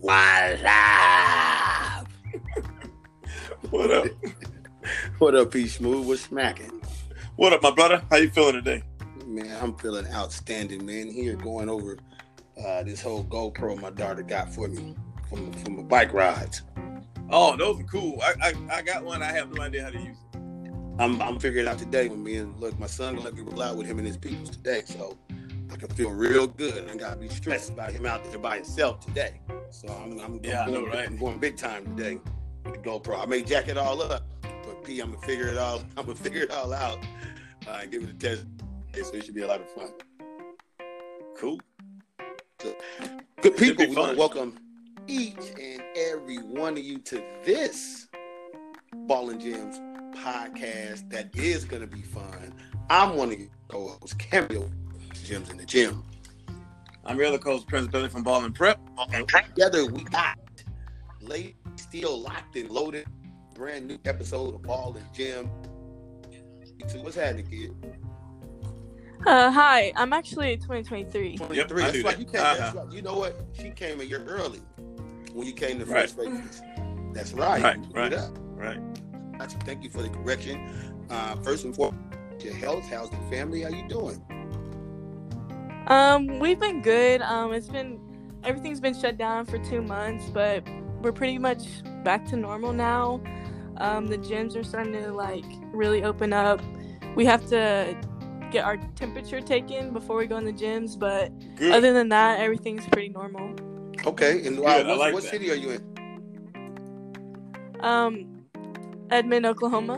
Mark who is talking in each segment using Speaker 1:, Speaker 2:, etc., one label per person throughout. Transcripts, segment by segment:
Speaker 1: What's up?
Speaker 2: What up?
Speaker 1: What up, P Smooth? What's smacking?
Speaker 2: What up, my brother? How you feeling today?
Speaker 1: Man, I'm feeling outstanding, man. Here going over uh, this whole GoPro my daughter got for me from from a bike rides.
Speaker 2: Oh, those are cool. I, I I got one. I have no idea how to use it.
Speaker 1: I'm I'm figuring it out today when me and look, my son gonna let me roll out with him and his peoples today, so I can feel real good. I gotta be stressed about him out there by himself today. So I'm I'm,
Speaker 2: Yeah, I
Speaker 1: going,
Speaker 2: know, right?
Speaker 1: I'm going big time today with the GoPro. I may jack it all up, but P, I'm gonna figure it all. I'm gonna figure it all out. Uh, and give it a test. So it should be a lot of fun.
Speaker 2: Cool.
Speaker 1: Good
Speaker 2: Should be
Speaker 1: people, we want
Speaker 2: fun.
Speaker 1: to welcome each and every one of you to this Ball and Gems podcast that is going to be fun. I'm one of your co-hosts, Cameo Gems in the Gym.
Speaker 2: I'm your other coach, Prince Billy from Ball and Prep.
Speaker 1: And together we got late, still locked and loaded, brand new episode of Ball and Gym. So What's happening, kid?
Speaker 3: Uh, hi, I'm actually 2023.
Speaker 1: 23.
Speaker 2: Yep, I
Speaker 1: that's
Speaker 2: do
Speaker 1: why
Speaker 2: that.
Speaker 1: you came. That's
Speaker 2: Uh-huh.
Speaker 1: why, you know what? She came a year early when you came to
Speaker 2: Right.
Speaker 1: First Faces. That's right.
Speaker 2: Right,
Speaker 1: You
Speaker 2: right.
Speaker 1: it up.
Speaker 2: Right.
Speaker 1: Got you. Thank you for the correction. Uh, first and foremost, your health, how's the family? How you doing?
Speaker 3: Um, we've been good. Um, it's been everything's been shut down for two months, but we're pretty much back to normal now. Um, the gyms are starting to like really open up. We have to get our temperature taken before we go in the gyms, but
Speaker 2: Good.
Speaker 3: other than that, everything's pretty normal.
Speaker 1: Okay. And uh,
Speaker 2: Good, I
Speaker 1: what,
Speaker 2: like
Speaker 1: what
Speaker 2: that.
Speaker 1: city are you in?
Speaker 3: Um, Edmond, Oklahoma.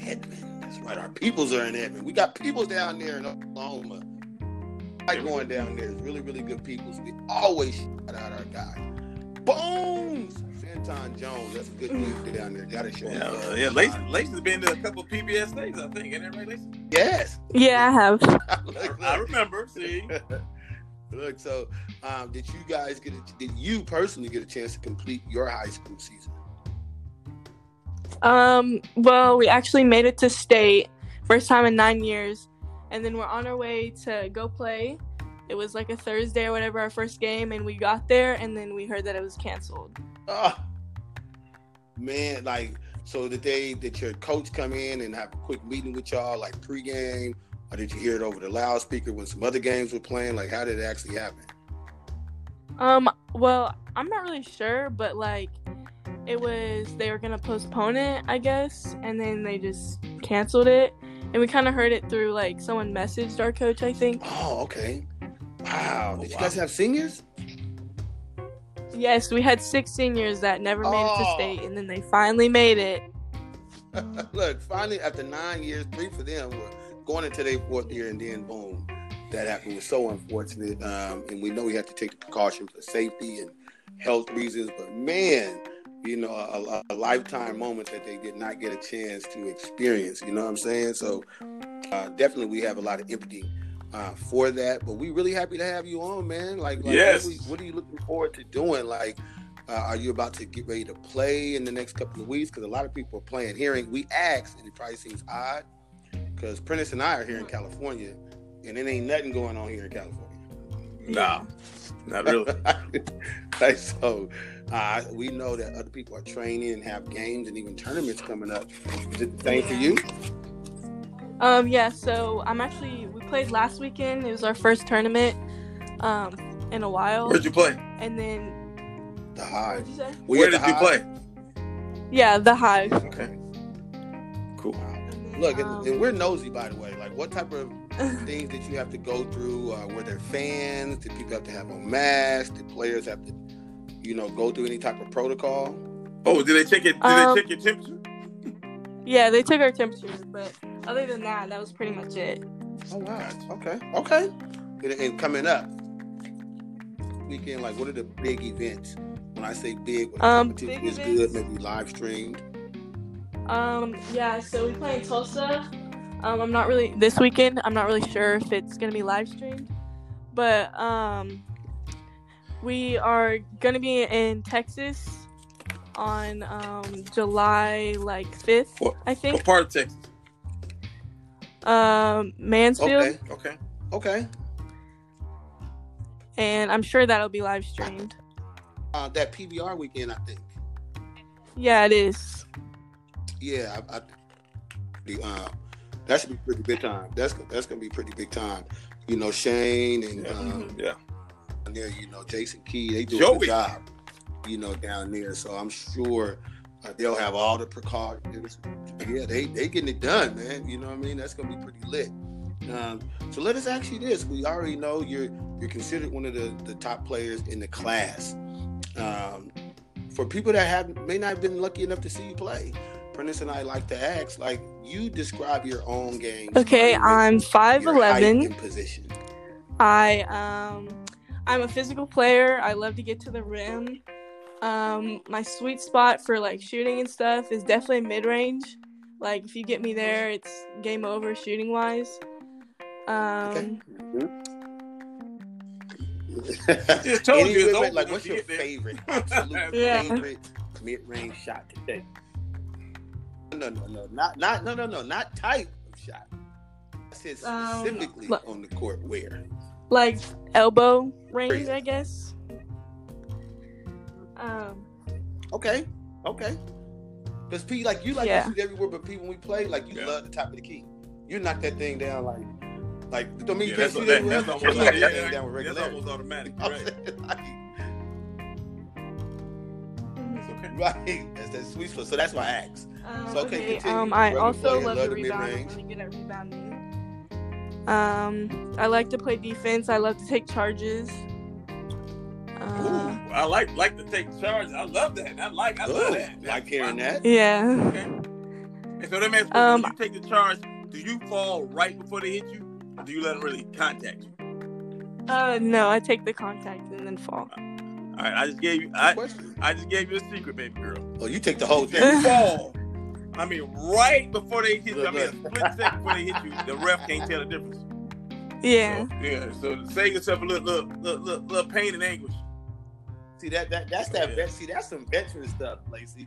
Speaker 1: Edmond. That's right. Our peoples are in Edmond. We got peoples down there in Oklahoma. I like going down there. It's really, really good peoples. We always shout out our guy. Bones! Santon Jones. That's a good dude down there. Gotta show him
Speaker 2: Mm. yeah, uh,
Speaker 1: love.
Speaker 2: yeah. Lace, Lace has been to a couple PBS days, I think. Ain't that right, Lace?
Speaker 1: Yes.
Speaker 3: Yeah, I have.
Speaker 2: I, I remember. See,
Speaker 1: Look, so um, did you guys get? A, did you personally get a chance to complete your high school season?
Speaker 3: Um, well, we actually made it to state first time in nine years, and then we're on our way to go play. It was like a Thursday or whatever, our first game, and we got there, and then we heard that it was canceled.
Speaker 2: Ah.
Speaker 1: Oh, man, like so did they? Did your coach come in and have a quick meeting with y'all, like pregame, or did you hear it over the loudspeaker when some other games were playing? Like, how did it actually happen?
Speaker 3: Um, well, I'm not really sure, but like it was they were gonna postpone it, I guess, and then they just canceled it. And we kind of heard it through like someone messaged our coach, I think.
Speaker 1: Oh, okay. Wow.
Speaker 2: Oh,
Speaker 1: Did you
Speaker 2: wow.
Speaker 1: guys have seniors?
Speaker 3: Yes, we had six seniors that never made it to
Speaker 1: Oh.
Speaker 3: state, and then they finally made it.
Speaker 1: Look, finally, after nine years, three for them were going into their fourth year, and then boom, that happened. It was so unfortunate, um, and we know we have to take the precaution for safety and health reasons. But man, you know, a, a- a lifetime moment that they did not get a chance to experience. You know what I'm saying? So uh, definitely, we have a lot of empathy. Uh, for that, but we really happy to have you on, man. Like, like
Speaker 2: Yes.
Speaker 1: what, we, what are you looking forward to doing? Like, uh, are you about to get ready to play in the next couple of weeks? Because a lot of people are playing. Hearing we asked, and it probably seems odd, because Prentice and I are here in California, and it ain't nothing going on here in California.
Speaker 2: no, not really.
Speaker 1: Like, so uh, we know that other people are training and have games and even tournaments coming up. Is it the same for you?
Speaker 3: Um, yeah, so I'm actually, we played last weekend. It was our first tournament um, in a while.
Speaker 2: Where'd you play?
Speaker 3: And then,
Speaker 1: The Hive.
Speaker 3: what'd you say?
Speaker 1: We
Speaker 2: Where
Speaker 1: at the
Speaker 2: did you
Speaker 1: Hive.
Speaker 2: play?
Speaker 3: Yeah, the Hive.
Speaker 2: Okay, cool.
Speaker 1: Wow.
Speaker 3: And then,
Speaker 1: Look,
Speaker 3: um,
Speaker 1: and, and we're nosy, by the way. Like, what type of things that you have to go through? Uh, were there fans? Did people have to have on masks? Did players have to, you know, go through any type of protocol?
Speaker 2: Oh, did they check it? Did
Speaker 3: Um,
Speaker 2: they check your temperature?
Speaker 3: yeah, they took our temperatures, but other than that, that was pretty much it.
Speaker 1: Oh wow. Okay. Okay. And, and coming up weekend, like what are the big events? When I say big, when the
Speaker 3: Um,
Speaker 1: competition
Speaker 3: big
Speaker 1: is
Speaker 3: events-
Speaker 1: good, maybe live streamed.
Speaker 3: Um, yeah, so we play in Tulsa. Um, I'm not really, this weekend, I'm not really sure if it's going to be live streamed, but um, we are going to be in Texas on um, July like 5th,
Speaker 2: What-
Speaker 3: I think.
Speaker 2: What part of Texas?
Speaker 3: um, Mansfield,
Speaker 1: Okay.
Speaker 2: Okay.
Speaker 1: Okay.
Speaker 3: and I'm sure that'll be live streamed.
Speaker 1: uh, that PBR weekend, I think.
Speaker 3: Yeah, it is.
Speaker 1: Yeah, I, I the um, that should be pretty big time. That's that's gonna be pretty big time. You know, Shane and um,
Speaker 2: yeah.
Speaker 1: down there, you know, Jason Key, they do a
Speaker 2: Joey.
Speaker 1: good job, you know, down there. So I'm sure uh, they'll have all the precautions. Yeah, they they getting it done, man. You know what I mean? That's gonna be pretty lit. Um, so let us ask you this: We already know you're you're considered one of the the top players in the class. Um, for people that have may not have been lucky enough to see you play, Prentice and I like to ask, like you describe your own game.
Speaker 3: Okay,
Speaker 1: Your
Speaker 3: I'm
Speaker 1: height
Speaker 3: five eleven.
Speaker 1: and Position.
Speaker 3: I um I'm a physical player. I love to get to the rim. Um my sweet spot for like shooting and stuff is definitely mid-range. Like if you get me there, it's game over shooting wise. Um
Speaker 1: Mhm.
Speaker 2: Just told
Speaker 1: Mm-hmm. Any
Speaker 2: you it's
Speaker 1: women,
Speaker 2: open
Speaker 1: like,
Speaker 2: if
Speaker 1: what's
Speaker 2: you
Speaker 1: your
Speaker 2: get there.
Speaker 1: favorite, absolute
Speaker 3: Yeah.
Speaker 1: favorite mid-range shot today? No, no, no, not, not, no, no, no, not type of shot. I said
Speaker 3: Um,
Speaker 1: specifically
Speaker 3: look.
Speaker 1: on the court where.
Speaker 3: like elbow range,
Speaker 1: Crazy.
Speaker 3: I guess. Um
Speaker 1: Okay, okay. Because P, like you like
Speaker 3: Yeah.
Speaker 1: to shoot everywhere, but P, when we play, like you
Speaker 2: Yeah.
Speaker 1: love the top of the key. You knock that thing down like, like don't mean
Speaker 2: Yeah,
Speaker 1: you can't
Speaker 2: that's,
Speaker 1: shoot
Speaker 2: that,
Speaker 1: everywhere.
Speaker 2: that's
Speaker 1: but
Speaker 2: almost,
Speaker 1: you knock
Speaker 2: like,
Speaker 1: that thing down with
Speaker 2: that's
Speaker 1: regularity.
Speaker 2: almost automatic.
Speaker 1: I'm
Speaker 2: Right.
Speaker 1: saying, like, Right, that's that sweet spot. So that's why I asked.
Speaker 3: Um,
Speaker 1: So, okay, continue.
Speaker 3: um, I
Speaker 1: Regular
Speaker 3: also
Speaker 1: player,
Speaker 3: love
Speaker 1: love
Speaker 3: to
Speaker 1: the
Speaker 3: rebound. I'm
Speaker 1: mid-range.
Speaker 3: really good at rebounding. Um, I like to play defense. I love to take charges. Uh,
Speaker 2: Ooh, I like like to take charge. I love that. I like I love
Speaker 1: Ooh,
Speaker 2: that. That's
Speaker 1: like hearing
Speaker 2: fine.
Speaker 1: that.
Speaker 3: yeah.
Speaker 2: Okay. And so let me ask you,
Speaker 3: Um,
Speaker 2: when you take the charge, do you fall right before they hit you? Or do you let them really contact you?
Speaker 3: Uh, no, I take the contact and then fall.
Speaker 2: All right, I just gave you
Speaker 1: Good
Speaker 2: I,
Speaker 1: question.
Speaker 2: I just gave you a secret, baby girl.
Speaker 1: Oh, you take the whole
Speaker 2: If
Speaker 1: thing.
Speaker 2: you fall. I mean, right before they hit you. I mean, a
Speaker 1: Look,
Speaker 2: split second before they hit you, the ref can't tell the difference.
Speaker 3: Yeah.
Speaker 2: So, yeah. So save yourself a little, little, little, little, little pain and anguish.
Speaker 1: See that that that's
Speaker 2: Yeah.
Speaker 1: that vet, see that's some veteran stuff, Lacey.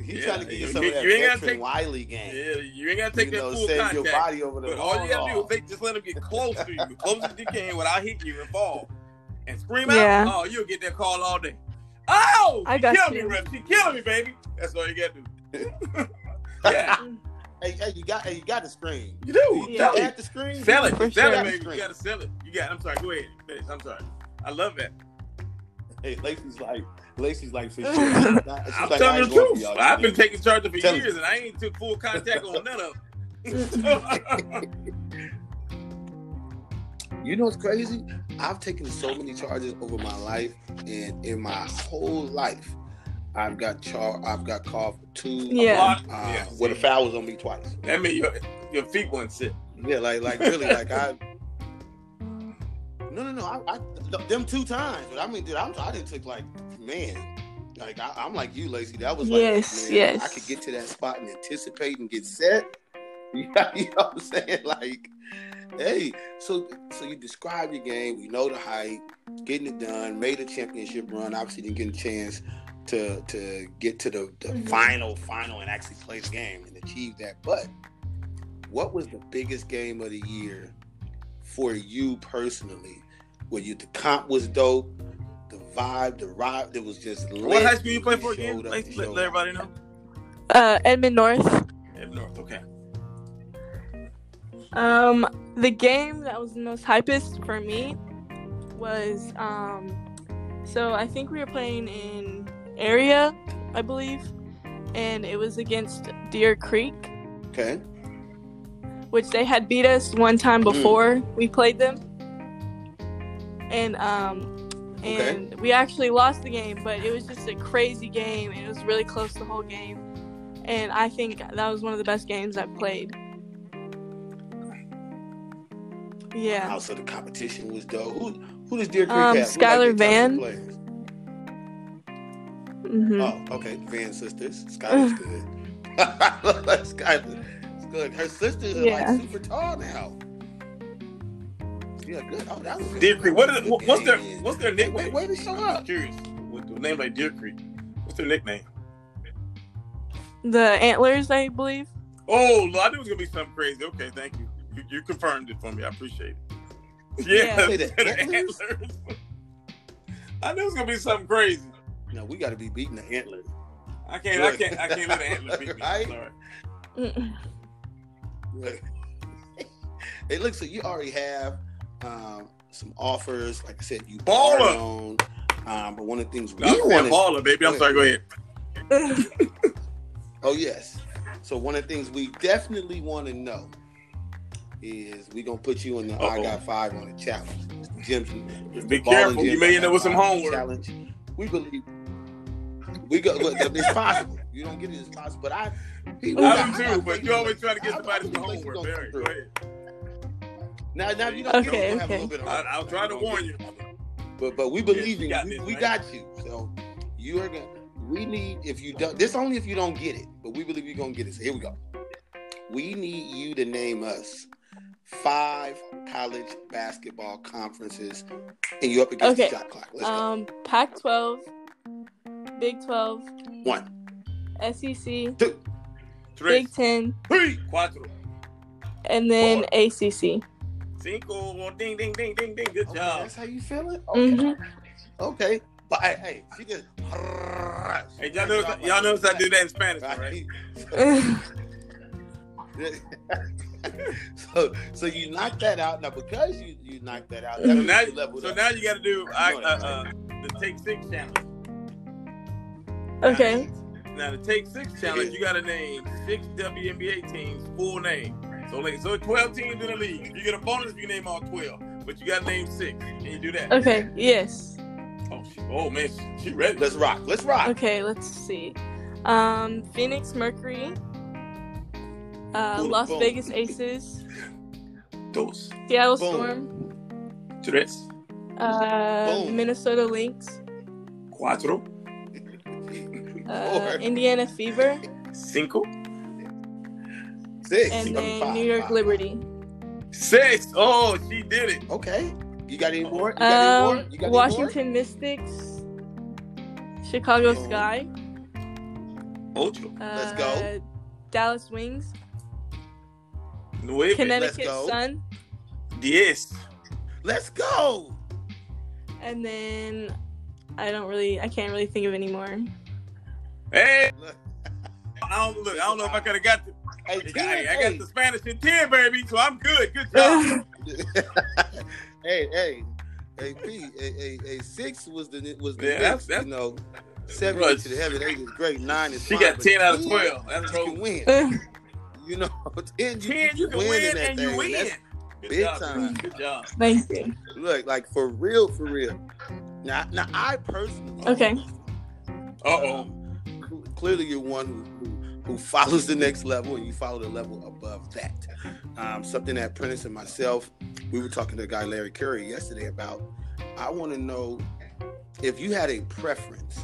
Speaker 1: He
Speaker 2: Yeah,
Speaker 1: trying to get you
Speaker 2: you-
Speaker 1: some of that
Speaker 2: you ain't gotta
Speaker 1: veteran
Speaker 2: take-
Speaker 1: Wiley game.
Speaker 2: Yeah, you ain't gotta take
Speaker 1: you
Speaker 2: that
Speaker 1: know,
Speaker 2: full
Speaker 1: save your
Speaker 2: contact.
Speaker 1: body over the
Speaker 2: But all you gotta do
Speaker 1: long
Speaker 2: is they just let them get close to you, close as you can, without hitting you and fall, and scream
Speaker 3: Yeah.
Speaker 2: out. Oh, you'll get that call all day. Oh,
Speaker 3: I
Speaker 2: she
Speaker 3: got
Speaker 2: killing
Speaker 3: you.
Speaker 2: me, ref. She killing me, baby. That's all you gotta do. yeah,
Speaker 1: Hey, hey, you got hey, you got the screen.
Speaker 2: you do.
Speaker 1: You
Speaker 3: Yeah.
Speaker 2: Tell it.
Speaker 1: got the screen.
Speaker 2: Sell it,
Speaker 3: For
Speaker 2: sell
Speaker 3: sure.
Speaker 2: it, baby. You gotta sell it. You got. I'm sorry. Go ahead. Finish. I'm sorry. I love that.
Speaker 1: Hey, Lacey's like Lacey's like for sure. She's not- she's
Speaker 2: I'm
Speaker 1: like, I
Speaker 2: telling
Speaker 1: ain't
Speaker 2: the
Speaker 1: going for
Speaker 2: truth.
Speaker 1: y'all
Speaker 2: I've been
Speaker 1: today.
Speaker 2: taking charge of it for
Speaker 1: Tell it.
Speaker 2: years, and I ain't took full contact on none of. them.
Speaker 1: You know what's crazy? I've taken so many charges over my life, and in my whole life, I've got char- I've got called for two.
Speaker 3: Yeah.
Speaker 1: Uh,
Speaker 2: Yeah,
Speaker 1: Where the
Speaker 2: see.
Speaker 1: foul was on me twice.
Speaker 2: That mean your your feet won't sit.
Speaker 1: Yeah, like like really, like I. No, no, no. I, I th- them two times, but I mean, dude, I'm, I didn't took like man, like I, I'm like you, Lacey. That was like
Speaker 3: Yes,
Speaker 1: man,
Speaker 3: yes.
Speaker 1: I could get to that spot and anticipate and get set. You know, you know what I'm saying? Like, hey, so so you describe your game. We know the height, getting it done. Made a championship run. Obviously, didn't get a chance to to get to the, the
Speaker 3: Mhm.
Speaker 1: final final and actually play the game and achieve that. But what was the biggest game of the year for you personally? Where you the comp was dope, the vibe, the ride, it was just lit.
Speaker 2: What high school you play for again?
Speaker 1: showed up,
Speaker 2: Let,
Speaker 1: you
Speaker 2: let,
Speaker 1: showed
Speaker 2: let
Speaker 1: out.
Speaker 2: everybody know.
Speaker 3: Uh, Edmund North.
Speaker 2: Up north, okay.
Speaker 3: Um, the game that was the most hypest for me was um, so I think we were playing in area, I believe, and it was against Deer Creek.
Speaker 1: Okay.
Speaker 3: which they had beat us one time before we played them. And um
Speaker 1: Okay.
Speaker 3: and we actually lost the game, but it was just a crazy game and it was really close the whole game. And I think that was one of the best games I've played. Yeah.
Speaker 1: Also, the competition was dope. Who who does Deer Creek
Speaker 3: Um,
Speaker 1: have? Who like
Speaker 3: Skylar
Speaker 1: their top
Speaker 3: Van.
Speaker 1: players?
Speaker 3: hmm
Speaker 1: Oh, okay. Van sisters. Skylar's good. Skylar's good. Her sisters are
Speaker 3: Yeah.
Speaker 1: like super tall now. Yeah, good. Oh, that was a-
Speaker 2: Deer Creek. What is,
Speaker 1: good
Speaker 2: what- what's their
Speaker 1: game.
Speaker 2: what's their
Speaker 1: Hey,
Speaker 2: nickname?
Speaker 1: wait, wait to show
Speaker 2: I'm
Speaker 1: up.
Speaker 2: curious. What the name like Deer Creek? What's their nickname?
Speaker 3: The antlers, I believe.
Speaker 2: Oh, Lord, I knew it was gonna be something crazy. Okay, thank you. You, you confirmed it for me. I appreciate it. Yeah,
Speaker 1: Yeah. Say the
Speaker 2: the antlers. I knew it was gonna be something crazy.
Speaker 1: No, we got to be beating the Antlers.
Speaker 2: I can't. I can't. I can't let an antler beat me.
Speaker 1: Right?
Speaker 2: I'm sorry.
Speaker 3: Mm-mm.
Speaker 1: Look. it looks like you already have um, some offers. Like I said, you
Speaker 2: Baller.
Speaker 1: are on. Um, but one of the things we
Speaker 2: No, I'm saying
Speaker 1: wanted.
Speaker 2: baller, baby. I'm sorry. Go ahead.
Speaker 1: Oh yes. So one of the things we definitely want to know is we gonna put you in the I
Speaker 2: Uh-oh.
Speaker 1: got five on a challenge. Jim's
Speaker 2: Be
Speaker 1: Ball and
Speaker 2: careful.
Speaker 1: Jim
Speaker 2: You may end up with some
Speaker 1: got five
Speaker 2: homework.
Speaker 1: Challenge. We believe we go. Look, it's possible. You don't get it. It's possible. But I. He,
Speaker 2: I
Speaker 1: I
Speaker 2: do
Speaker 1: got
Speaker 2: too, but
Speaker 1: faith
Speaker 2: you
Speaker 1: in
Speaker 2: always
Speaker 1: Lakeland.
Speaker 2: trying to get
Speaker 1: I- I
Speaker 2: somebody
Speaker 1: believe
Speaker 2: some
Speaker 1: Lakeland's
Speaker 2: homework.
Speaker 1: gonna
Speaker 2: Barry,
Speaker 1: come
Speaker 2: go
Speaker 1: through.
Speaker 2: ahead.
Speaker 1: Now, now you don't,
Speaker 3: Okay,
Speaker 1: you don't have a
Speaker 3: okay.
Speaker 1: little bit of
Speaker 2: I, I'll try to warn you.
Speaker 1: But but we believe
Speaker 2: you got
Speaker 1: in you.
Speaker 2: this,
Speaker 1: we, we
Speaker 2: man.
Speaker 1: got you. So you are gonna. We need if you don't. This only if you don't get it. But we believe you're gonna get it. So here we go. We need you to name us five college basketball conferences, and you're up against
Speaker 3: Okay.
Speaker 1: the shot clock. Let's
Speaker 3: um, Pac-12, Big 12,
Speaker 1: go. One,
Speaker 3: SEC,
Speaker 1: two,
Speaker 2: Three,
Speaker 3: Big 10,
Speaker 1: three.
Speaker 2: cuatro,
Speaker 3: and then
Speaker 2: Four.
Speaker 3: ACC.
Speaker 2: cinco. Ding, ding, ding, ding, ding. Good
Speaker 1: Okay,
Speaker 2: job.
Speaker 1: that's how you feel it. Okay.
Speaker 3: Mhm.
Speaker 1: Okay. But hey, hey, she just.
Speaker 2: Hey, y'all notice, y'all notice I did that in Spanish, all right?
Speaker 1: Right. so so you knock that out now because you you knocked that out. That
Speaker 2: So
Speaker 1: means
Speaker 2: now,
Speaker 1: you leveled
Speaker 2: so
Speaker 1: up.
Speaker 2: now you got to do I,
Speaker 1: You
Speaker 2: uh,
Speaker 1: know that,
Speaker 2: uh, the take six challenge.
Speaker 3: okay.
Speaker 2: Now the take six challenge, you got to name six WNBA teams full name. So like, so twelve teams in the league. You get a bonus if you name all twelve, but you got to name six. Can you do that?
Speaker 3: Okay. Yes.
Speaker 2: Oh, she, oh man, she, she ready.
Speaker 1: Let's rock. Let's rock.
Speaker 3: Okay. Let's see. Um, Phoenix Mercury, uh,
Speaker 1: Boom,
Speaker 3: Las
Speaker 1: boom.
Speaker 3: Vegas Aces,
Speaker 2: Dos,
Speaker 3: Seattle
Speaker 1: Boom.
Speaker 3: Storm,
Speaker 2: tres,
Speaker 3: uh,
Speaker 1: Boom.
Speaker 3: Minnesota Lynx,
Speaker 2: cuatro,
Speaker 3: uh,
Speaker 1: Four,
Speaker 3: Indiana Fever,
Speaker 2: cinco,
Speaker 1: six,
Speaker 3: and
Speaker 1: seven,
Speaker 3: then
Speaker 1: five,
Speaker 3: New York
Speaker 1: five.
Speaker 3: Liberty.
Speaker 2: six. Oh, she did it.
Speaker 1: Okay. You got any more? You got any
Speaker 3: Um,
Speaker 1: more? You got
Speaker 3: Washington Mystics, Chicago
Speaker 1: Boom.
Speaker 3: Sky.
Speaker 2: Ocho,
Speaker 3: Uh,
Speaker 1: Let's go.
Speaker 3: Dallas Wings,
Speaker 2: nueve,
Speaker 3: Connecticut
Speaker 1: go.
Speaker 3: Sun,
Speaker 2: diez.
Speaker 1: Any more? Let's go.
Speaker 3: and then I don't really, I can't really think of any more.
Speaker 2: Hey, I don't look. I don't know if I could have got the.
Speaker 1: Hey,
Speaker 2: Hey,
Speaker 1: ten,
Speaker 2: I got
Speaker 1: hey.
Speaker 2: the Spanish in ten, baby. So I'm good. Good job.
Speaker 1: hey, hey, hey, P, hey, hey, hey, six was the was the
Speaker 2: Yeah, that's-
Speaker 1: next, you know, seven
Speaker 2: Look,
Speaker 1: is to the heaven, eight is great, nine is
Speaker 2: She
Speaker 1: fine,
Speaker 2: got
Speaker 1: but
Speaker 2: ten out of
Speaker 1: 10,
Speaker 2: twelve. That's
Speaker 1: You can
Speaker 2: cool.
Speaker 1: win, you know, ten you,
Speaker 2: Ten, you can win,
Speaker 1: in that
Speaker 2: and
Speaker 1: thing,
Speaker 2: you win.
Speaker 1: that's-
Speaker 2: Good
Speaker 1: big
Speaker 2: job,
Speaker 1: time.
Speaker 2: Good job.
Speaker 3: Thank you.
Speaker 1: Look, like for real, for real. Now, now I personally,
Speaker 3: Okay.
Speaker 2: Uh oh.
Speaker 1: Um, clearly, you're one who, who who follows the next level, and you follow the level above that. Um, something that Prentice and myself, we were talking to a guy Larry Curry yesterday about. I want to know if you had a preference.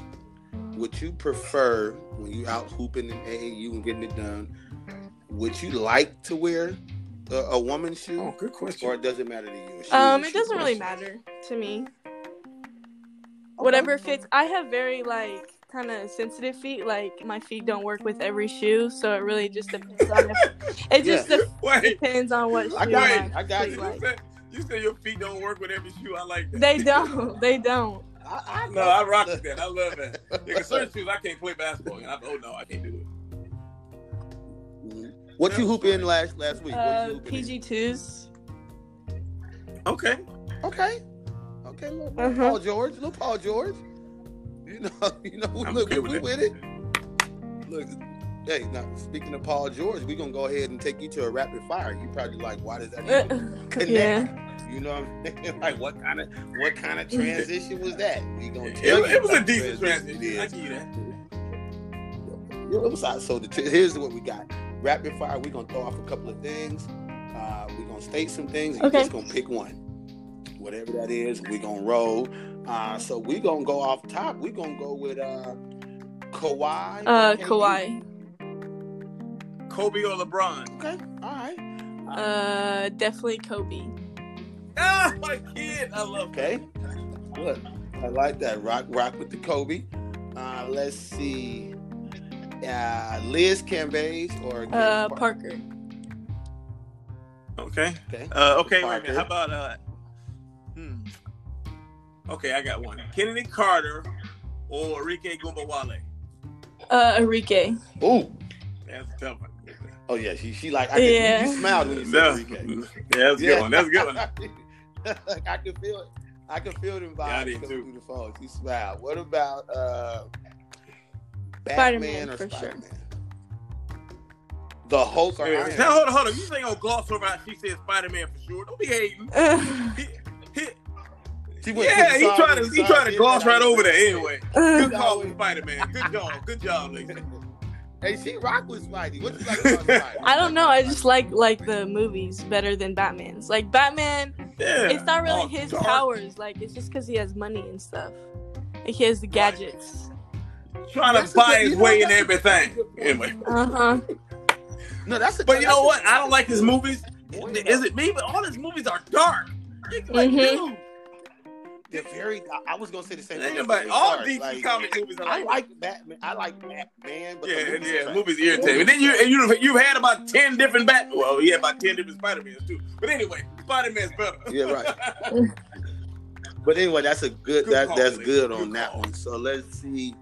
Speaker 1: Would you prefer when you out hooping in AAU and getting it done? Would you like to wear a, a woman's shoe,
Speaker 2: Oh, good question.
Speaker 1: or it doesn't matter to you? It's
Speaker 3: Um,
Speaker 1: your
Speaker 3: it doesn't really
Speaker 1: question.
Speaker 3: matter to me. Whatever fits. I have very like kind of sensitive feet. Like my feet don't work with every shoe, so it really just depends on. If, it just
Speaker 1: Yeah.
Speaker 3: de-
Speaker 2: Wait,
Speaker 3: depends on what shoe
Speaker 1: I
Speaker 3: I,
Speaker 1: got
Speaker 2: Wait.
Speaker 1: you. I got
Speaker 2: you
Speaker 1: you.
Speaker 3: Like-
Speaker 2: said you said your feet don't work with every shoe. I like that.
Speaker 3: They don't. They don't.
Speaker 1: I, I
Speaker 2: No, I rock with that. I love that. Yeah, 'cause certain shoes I can't play basketball. And I, oh no, I can't do it.
Speaker 1: What you hoop in last last week? what you
Speaker 3: Uh,
Speaker 1: hoop in?
Speaker 3: PG twos.
Speaker 2: Okay.
Speaker 1: Okay. Okay, look,
Speaker 3: Uh-huh.
Speaker 1: Paul George, look Paul George. You know, you know,
Speaker 2: I'm
Speaker 1: look,
Speaker 2: okay
Speaker 1: we
Speaker 2: with
Speaker 1: with it. Look, hey, now speaking of Paul George, we're gonna go ahead and take you to a rapid fire. You probably like, why does that even connect?
Speaker 3: Uh, yeah.
Speaker 1: You know what I'm saying? Like, what kind of what kind of transition was that? We gonna
Speaker 2: It,
Speaker 1: tell
Speaker 2: it
Speaker 1: you
Speaker 2: was a
Speaker 1: what kind of
Speaker 2: decent
Speaker 1: it
Speaker 2: transition. I
Speaker 1: is.
Speaker 2: give you that.
Speaker 1: Yeah, it was hot. So the t- here's what we got. Rapid fire. We're gonna throw off a couple of things. Uh, we're gonna state some things. And
Speaker 3: Okay.
Speaker 1: You're just gonna pick one, whatever that is. We're gonna roll. Uh, so we're gonna go off top. We're gonna go with uh, Kawhi.
Speaker 3: Uh,
Speaker 1: KD.
Speaker 3: Kawhi.
Speaker 2: Kobe or LeBron?
Speaker 1: Okay. All right.
Speaker 3: Uh, definitely Kobe.
Speaker 2: Ah, my kid. I love.
Speaker 1: Okay. Look, I like that. Rock, rock with the Kobe. Uh, let's see. Uh, Liz Cambage or
Speaker 3: Uh, Parker.
Speaker 2: Okay.
Speaker 1: Okay.
Speaker 2: Uh, okay, wait a
Speaker 1: Parker.
Speaker 2: minute. How about uh? Hmm. Okay, I got one. Kennedy Carter or Enrique Gumbawale?
Speaker 3: Uh, Enrique.
Speaker 1: Ooh.
Speaker 2: That's a tough one.
Speaker 1: Oh yeah, she she like I can, yeah.
Speaker 3: Yeah.
Speaker 1: you, you smiled when you
Speaker 2: No.
Speaker 1: said Enrique.
Speaker 2: Yeah, that's a good one. That's a good one.
Speaker 1: one. I can feel it. I can feel them
Speaker 2: Yeah, I
Speaker 1: vibes
Speaker 2: did
Speaker 1: coming
Speaker 2: too.
Speaker 1: through the phone. She smiled. What about uh,
Speaker 3: Spider-Man,
Speaker 1: Batman or
Speaker 3: for sure.
Speaker 1: Spider-Man? The Hulk or Iron
Speaker 2: Now
Speaker 1: Man?
Speaker 2: hold on, hold on. You ain't gonna gloss over how she said Spider Man for sure. Don't be hating.
Speaker 3: Uh,
Speaker 2: He, he,
Speaker 1: She went
Speaker 2: yeah,
Speaker 1: to the
Speaker 2: he
Speaker 1: side,
Speaker 2: tried
Speaker 1: to
Speaker 2: to he
Speaker 1: the side,
Speaker 2: tried to
Speaker 1: did
Speaker 2: gloss
Speaker 1: that.
Speaker 2: right over that anyway.
Speaker 3: uh,
Speaker 2: Good call, Spider Man. Good job. Good job, ladies.
Speaker 1: Hey, she rock with Spidey. What you like about Spidey?
Speaker 3: I don't know. I just like like the movies better than Batman's. Like Batman,
Speaker 2: Yeah.
Speaker 3: it's not really
Speaker 2: Oh,
Speaker 3: his
Speaker 2: dark.
Speaker 3: powers. Like it's just because he has money and stuff. Like, he has the gadgets.
Speaker 2: Trying
Speaker 1: That's
Speaker 2: to buy
Speaker 1: a-
Speaker 2: his
Speaker 1: you know,
Speaker 2: way in
Speaker 1: that's a-
Speaker 2: everything. Anyway.
Speaker 3: Uh huh.
Speaker 1: No, that's a,
Speaker 2: But you
Speaker 1: that's
Speaker 2: know
Speaker 1: a-
Speaker 2: what? I don't like his movies.
Speaker 1: Point
Speaker 2: Is it me? But all his movies are dark. It's Like,
Speaker 3: Mhm.
Speaker 2: dude,
Speaker 1: They're very. I- I was gonna say the same.
Speaker 2: ain't
Speaker 1: thing.
Speaker 2: nobody- all
Speaker 1: Sorry,
Speaker 2: DC
Speaker 1: like,
Speaker 2: comic movies are
Speaker 1: I
Speaker 2: like
Speaker 1: like Batman. I like Batman. But the
Speaker 2: Yeah,
Speaker 1: movies
Speaker 2: yeah,
Speaker 1: are
Speaker 2: movies irritating. And then you and you you've had about ten different Bat. Well, yeah, about ten different Spider Mans too. But anyway, Spider Man's better.
Speaker 1: Yeah, right. But anyway, that's a good,
Speaker 2: Good
Speaker 1: that
Speaker 2: call,
Speaker 1: that's
Speaker 2: Lee.
Speaker 1: good
Speaker 2: Good
Speaker 1: on that
Speaker 2: call.
Speaker 1: one. So let's see.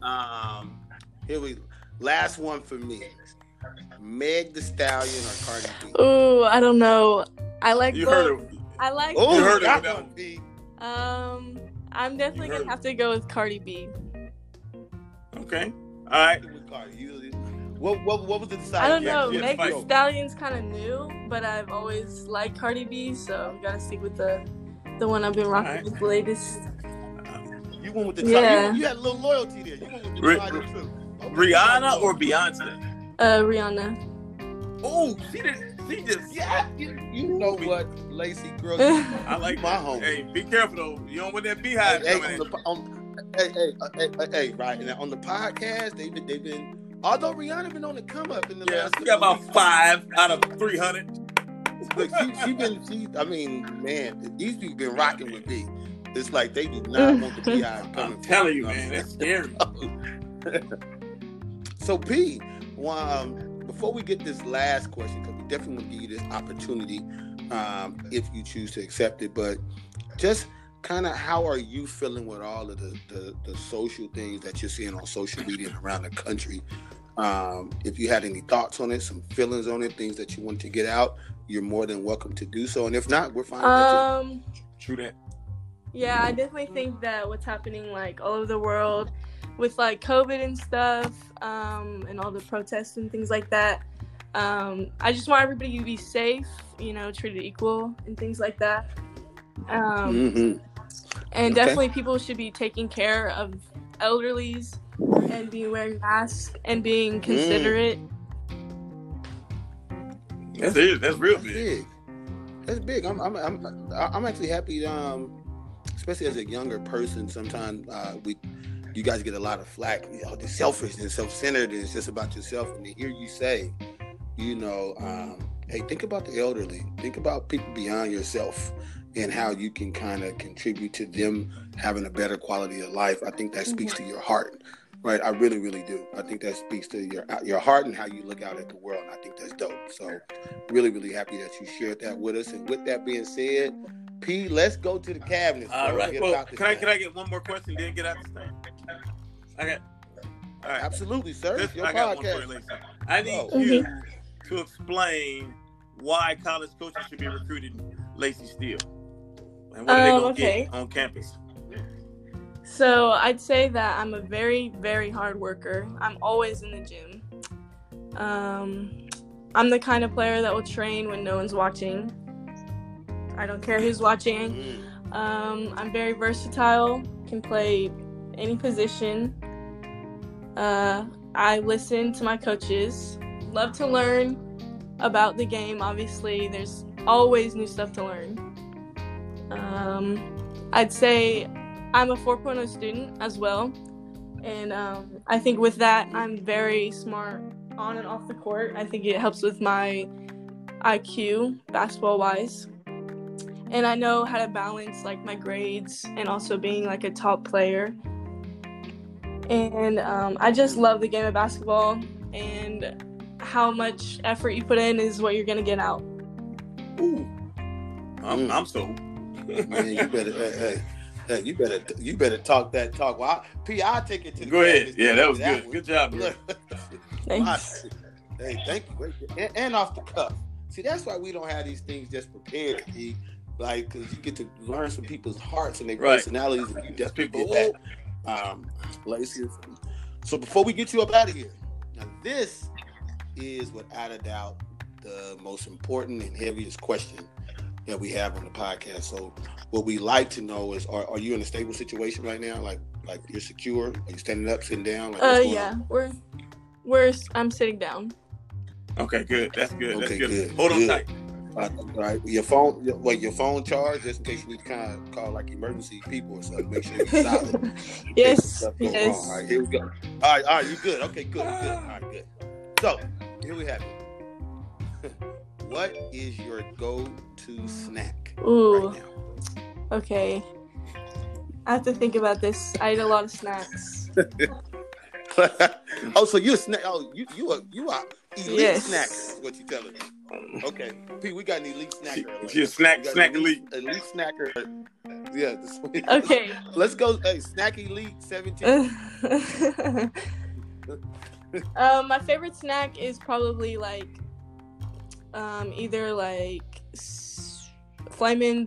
Speaker 1: Um here we last one for me. Meg the Stallion or Cardi B.
Speaker 3: Ooh, I don't know. I like
Speaker 2: you
Speaker 3: both.
Speaker 2: heard of
Speaker 3: I like.
Speaker 1: Oh,
Speaker 2: You heard it,
Speaker 1: that
Speaker 2: that
Speaker 1: one,
Speaker 2: one.
Speaker 1: B.
Speaker 3: Um, I'm definitely
Speaker 2: heard Uh,
Speaker 3: gonna have to go with Cardi B.
Speaker 2: Okay. All right.
Speaker 1: With Cardi. You- What, what, what was the
Speaker 3: I
Speaker 1: deciding
Speaker 3: don't
Speaker 2: yeah,
Speaker 3: know.
Speaker 1: factor?
Speaker 2: yeah,
Speaker 3: Meg
Speaker 2: fight.
Speaker 3: Thee Stallion's kind of new, but I've always liked Cardi B, so I'm gonna stick with the the one I've been rocking
Speaker 2: Alright.
Speaker 3: with the latest.
Speaker 1: You went with the
Speaker 3: Yeah.
Speaker 1: you, you had a little loyalty there. You went with the
Speaker 2: Ri-
Speaker 1: tried and true. Okay.
Speaker 2: Rihanna or Beyonce?
Speaker 3: Uh, Rihanna.
Speaker 2: Oh, she did. She just.
Speaker 1: Yeah, you, you know what, Lacey girl. you-
Speaker 3: I
Speaker 2: I like
Speaker 1: My
Speaker 2: that.
Speaker 1: homie.
Speaker 2: Hey, be careful though. You don't want that
Speaker 1: hey,
Speaker 2: beehive
Speaker 1: hey,
Speaker 2: coming
Speaker 1: on
Speaker 2: in.
Speaker 1: the, po- on, hey, hey, uh, hey, uh, hey, right. And on the podcast, they've been, they've been, although Rihanna been on the come up in the
Speaker 2: Yeah,
Speaker 1: last
Speaker 2: she got
Speaker 1: couple of
Speaker 2: about five out of three hundred.
Speaker 1: Look, she, she been, she, I mean, man, these people been rocking with me. It's like they do not want the PI coming.
Speaker 2: I'm telling you,
Speaker 1: for them.
Speaker 2: man, that's scary.
Speaker 1: So, P, well, um, before we get this last question, because we definitely want to give you this opportunity um, if you choose to accept it, but just kind of how are you feeling with all of the, the, the social things that you're seeing on social media and around the country? Um, if you had any thoughts on it, some feelings on it, things that you want to get out, you're more than welcome to do so. And if not, we're fine. with it.
Speaker 3: um.
Speaker 2: True that.
Speaker 3: Yeah, I definitely think that what's happening like all over the world with like COVID and stuff, um, and all the protests and things like that. Um, I just want everybody to be safe, you know, treated equal and things like that. Um,
Speaker 1: Mhm.
Speaker 3: and
Speaker 1: Okay.
Speaker 3: definitely people should be taking care of elderlies and be wearing masks and being considerate.
Speaker 2: That's it. That's real
Speaker 1: That's
Speaker 2: big.
Speaker 1: big. That's big. I'm, I'm, I'm, I'm actually happy. Um, especially as a younger person, sometimes uh, we, you guys get a lot of flack. You know, the selfish and self-centered and it's just about yourself. And to hear you say, you know, um, hey, think about the elderly. Think about people beyond yourself and how you can kind of contribute to them having a better quality of life. I think that speaks to your heart. Right, I really, really do. I think that speaks to your your heart and how you look out at the world. And I think that's dope. So, really, really happy that you shared that with us. And with that being said, P, let's go to the cabinet.
Speaker 2: All right. Well, can I can I get one more question? Then get out this thing. I got. All right.
Speaker 1: Absolutely, sir.
Speaker 2: This-
Speaker 1: your
Speaker 2: I got one for you,
Speaker 1: podcast.
Speaker 2: Lisa. I need
Speaker 1: Go.
Speaker 2: you
Speaker 3: Mm-hmm.
Speaker 2: to explain why college coaches should be recruited Lacey Steele. And what are they
Speaker 3: Um,
Speaker 2: gonna
Speaker 3: okay.
Speaker 2: get on campus?
Speaker 3: So I'd say that I'm a very, very hard worker. I'm always in the gym. Um, I'm the kind of player that will train when no one's watching. I don't care who's watching.
Speaker 1: Mm.
Speaker 3: Um, I'm very versatile, can play any position. Uh, I listen to my coaches, love to learn about the game. Obviously, there's always new stuff to learn. Um, I'd say I'm a 4.0 student as well. And um, I think with that, I'm very smart on and off the court. I think it helps with my IQ, basketball wise. And I know how to balance like my grades and also being like a top player. And um, I just love the game of basketball and how much effort you put in is what you're gonna get out.
Speaker 2: Ooh. I'm,
Speaker 1: Mm.
Speaker 2: I'm so.
Speaker 1: Man, you better. Hey, hey, Yeah, you better you better talk that talk. Well, I, P, I take it to the
Speaker 2: Go ahead.
Speaker 1: canvas.
Speaker 2: Yeah, that was
Speaker 1: That
Speaker 2: good. Good job. Greg.
Speaker 3: Thanks. Uh,
Speaker 1: Hey, thank you. And, and off the cuff. See, that's why we don't have these things just prepared. P. Like, cause you get to learn some people's hearts and their
Speaker 2: Right.
Speaker 1: personalities, and you
Speaker 2: Just
Speaker 1: just
Speaker 2: people.
Speaker 1: people that. Um, Lacey. So before we get you up out of here, now this is without a doubt the most important and heaviest question that we have on the podcast. So what we like to know is, are, are you in a stable situation right now? Like, like you're secure? Are you standing up, sitting down? Like, what's
Speaker 3: Uh,
Speaker 1: going
Speaker 3: yeah,
Speaker 1: on?
Speaker 3: we're we're s- I'm sitting down.
Speaker 2: Okay, good. That's good. That's
Speaker 1: Okay,
Speaker 2: good.
Speaker 1: good.
Speaker 2: Hold on
Speaker 1: Good.
Speaker 2: tight.
Speaker 1: Uh, right. Your phone, your, well, your phone charged just in case you need to kind of call like emergency people or something. Make sure you're solid. in case
Speaker 3: yes,
Speaker 1: stuff goes wrong. All
Speaker 3: yes. Ah.
Speaker 1: right, here we go. All right, all right, you good? Okay, good, good. All right, good. So here we have it. what is your go-to snack
Speaker 3: Ooh,
Speaker 1: right now?
Speaker 3: okay. I have to think about this. I eat a lot of snacks.
Speaker 1: oh, so you a snack? Oh, you you are you are elite
Speaker 3: Yes.
Speaker 1: snacker. Is what you telling me? Okay, P, we got an elite
Speaker 2: She,
Speaker 1: snacker.
Speaker 2: she a snack,
Speaker 1: We got an
Speaker 2: snack elite.
Speaker 1: Elite snacker. Yeah. this-
Speaker 3: Okay.
Speaker 1: Let's go. Hey, snack elite seventeen.
Speaker 3: Uh, um, my favorite snack is probably like, um, either like s- Flamin'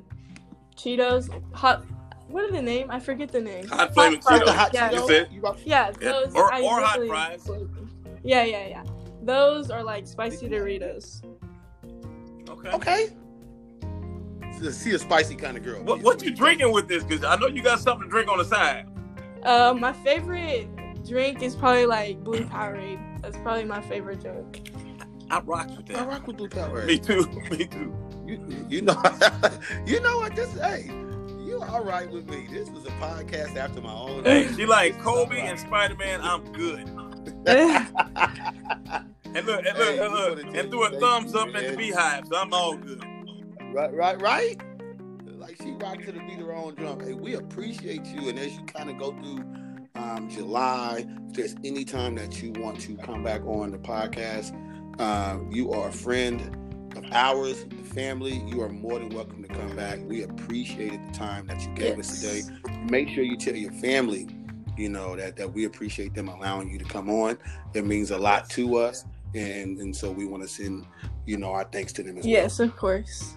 Speaker 3: Cheetos, hot. What are the name? I forget the name.
Speaker 2: Hot flaming
Speaker 3: fries.
Speaker 1: With the
Speaker 2: Cheetos.
Speaker 1: hot
Speaker 3: Yeah.
Speaker 1: Cheetos?
Speaker 2: You said-
Speaker 1: You got-
Speaker 3: Yeah,
Speaker 2: Yeah,
Speaker 3: those
Speaker 2: or-
Speaker 3: I
Speaker 2: or hot
Speaker 3: usually-
Speaker 2: fries.
Speaker 3: Yeah, yeah, yeah. Those are like spicy Doritos.
Speaker 2: Okay.
Speaker 1: Okay. See, She a spicy kind of girl.
Speaker 2: What, what you drinking with this? Because I know you got something to drink on the side.
Speaker 3: Uh, my favorite drink is probably like Blue Powerade. That's probably my favorite drink.
Speaker 2: I rocks with
Speaker 1: I
Speaker 2: that.
Speaker 1: rock with Blue Power.
Speaker 2: Me too. Me too.
Speaker 1: You, you know, you know what? This hey, you all right with me? This was a podcast after my own.
Speaker 2: Hey,
Speaker 1: heart.
Speaker 2: she like
Speaker 1: This is all
Speaker 2: Kobe
Speaker 1: right.
Speaker 2: and Spider Man. I'm good. And look, and look,
Speaker 1: Hey,
Speaker 2: and
Speaker 1: we
Speaker 2: look,
Speaker 1: wanna tell
Speaker 2: and threw
Speaker 1: you
Speaker 2: a
Speaker 1: thank
Speaker 2: thumbs
Speaker 1: you,
Speaker 2: up at
Speaker 1: man.
Speaker 2: the beehive. So I'm all good.
Speaker 1: Right, right, right. Like she rocked to the beat of her own drum. Hey, we appreciate you. And as you kind of go through um, July, if there's any time that you want to come back on the podcast, uh, you are a friend of ours, the family. You are more than welcome to come back. We appreciated the time that you gave us today make sure you tell your family, you know, that that we appreciate them allowing you to come on. It means a lot to us, and and so we want to send, you know, our thanks to them as
Speaker 3: Yes, of course.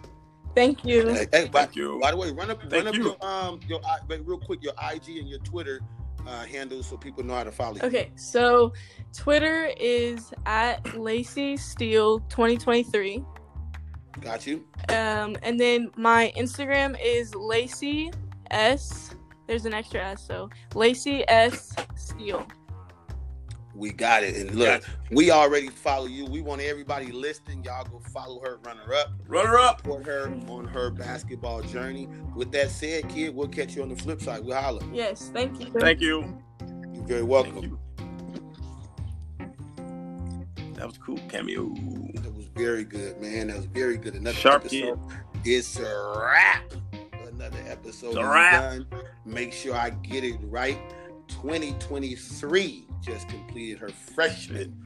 Speaker 3: Thank
Speaker 1: well.
Speaker 3: you.
Speaker 1: Hey, hey, by,
Speaker 2: Thank you.
Speaker 1: by the way, run up,
Speaker 2: Thank
Speaker 1: run up
Speaker 2: you.
Speaker 1: your um your I- wait, real quick your IG and your Twitter uh, handles so people know how to follow you.
Speaker 3: Okay, so Twitter is at Lacey Steele 2023.
Speaker 1: Got you.
Speaker 3: Um, and then my Instagram is Lacey S. There's an extra S, so Lacey S Steele.
Speaker 1: We got it. And look, we already follow you. We want everybody listening. Y'all go follow her, runner up.
Speaker 2: Runner up.
Speaker 1: Support her on her basketball journey. With that said, kid, we'll catch you on the flip side. We'll holler.
Speaker 3: Yes, thank you.
Speaker 2: Thank you.
Speaker 1: You're very
Speaker 2: Thank
Speaker 1: welcome.
Speaker 2: you. That was cool cameo.
Speaker 1: That was very good, man. That was very good. Another
Speaker 2: Sharp
Speaker 1: episode. It's a wrap. Another episode.
Speaker 2: It's a
Speaker 1: is
Speaker 2: wrap.
Speaker 1: Done. Make sure I get it right. 2023 just completed her freshman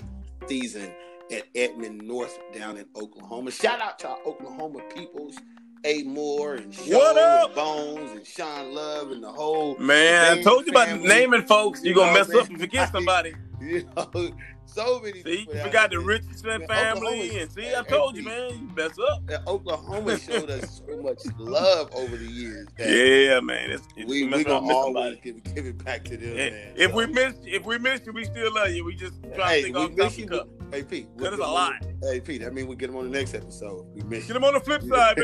Speaker 1: season at Edmond North down in Oklahoma. Shout out to our Oklahoma peoples, A. Moore and
Speaker 2: What
Speaker 1: Shaw
Speaker 2: up?
Speaker 1: and Bones and Sean Love and the whole
Speaker 2: Man, I
Speaker 1: Name
Speaker 2: told you about
Speaker 1: family.
Speaker 2: naming folks. You're gonna
Speaker 1: No,
Speaker 2: mess
Speaker 1: man.
Speaker 2: up and forget somebody.
Speaker 1: you know, so many
Speaker 2: See,
Speaker 1: people
Speaker 2: you
Speaker 1: out
Speaker 2: forgot the
Speaker 1: there.
Speaker 2: Richardson
Speaker 1: Man,
Speaker 2: family,
Speaker 1: Oklahoma-
Speaker 2: and see, I told you, man, you mess up.
Speaker 1: that Oklahoma showed us so much love over the years. That
Speaker 2: Yeah, man, it's, it's
Speaker 1: we
Speaker 2: you
Speaker 1: we
Speaker 2: mess up,
Speaker 1: gonna
Speaker 2: miss
Speaker 1: always
Speaker 2: somebody.
Speaker 1: give, give it back to them. man.
Speaker 2: If
Speaker 1: So,
Speaker 2: we missed, if we missed you, we still love you. We just try
Speaker 1: hey,
Speaker 2: to think
Speaker 1: we
Speaker 2: off top
Speaker 1: miss
Speaker 2: of
Speaker 1: you.
Speaker 2: the cup.
Speaker 1: we- Hey Pete, we'll
Speaker 2: That is
Speaker 1: get
Speaker 2: a
Speaker 1: them
Speaker 2: lot.
Speaker 1: on- Hey Pete, I mean we get them on the next episode. We miss
Speaker 2: Get
Speaker 1: you.
Speaker 2: him on the flip side,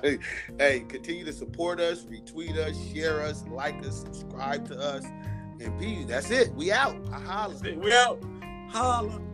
Speaker 2: baby.
Speaker 1: hey, continue to support us, retweet us, share us, like us, subscribe to us, and Pete. That's it. We out. I holla.
Speaker 2: We out. Holla.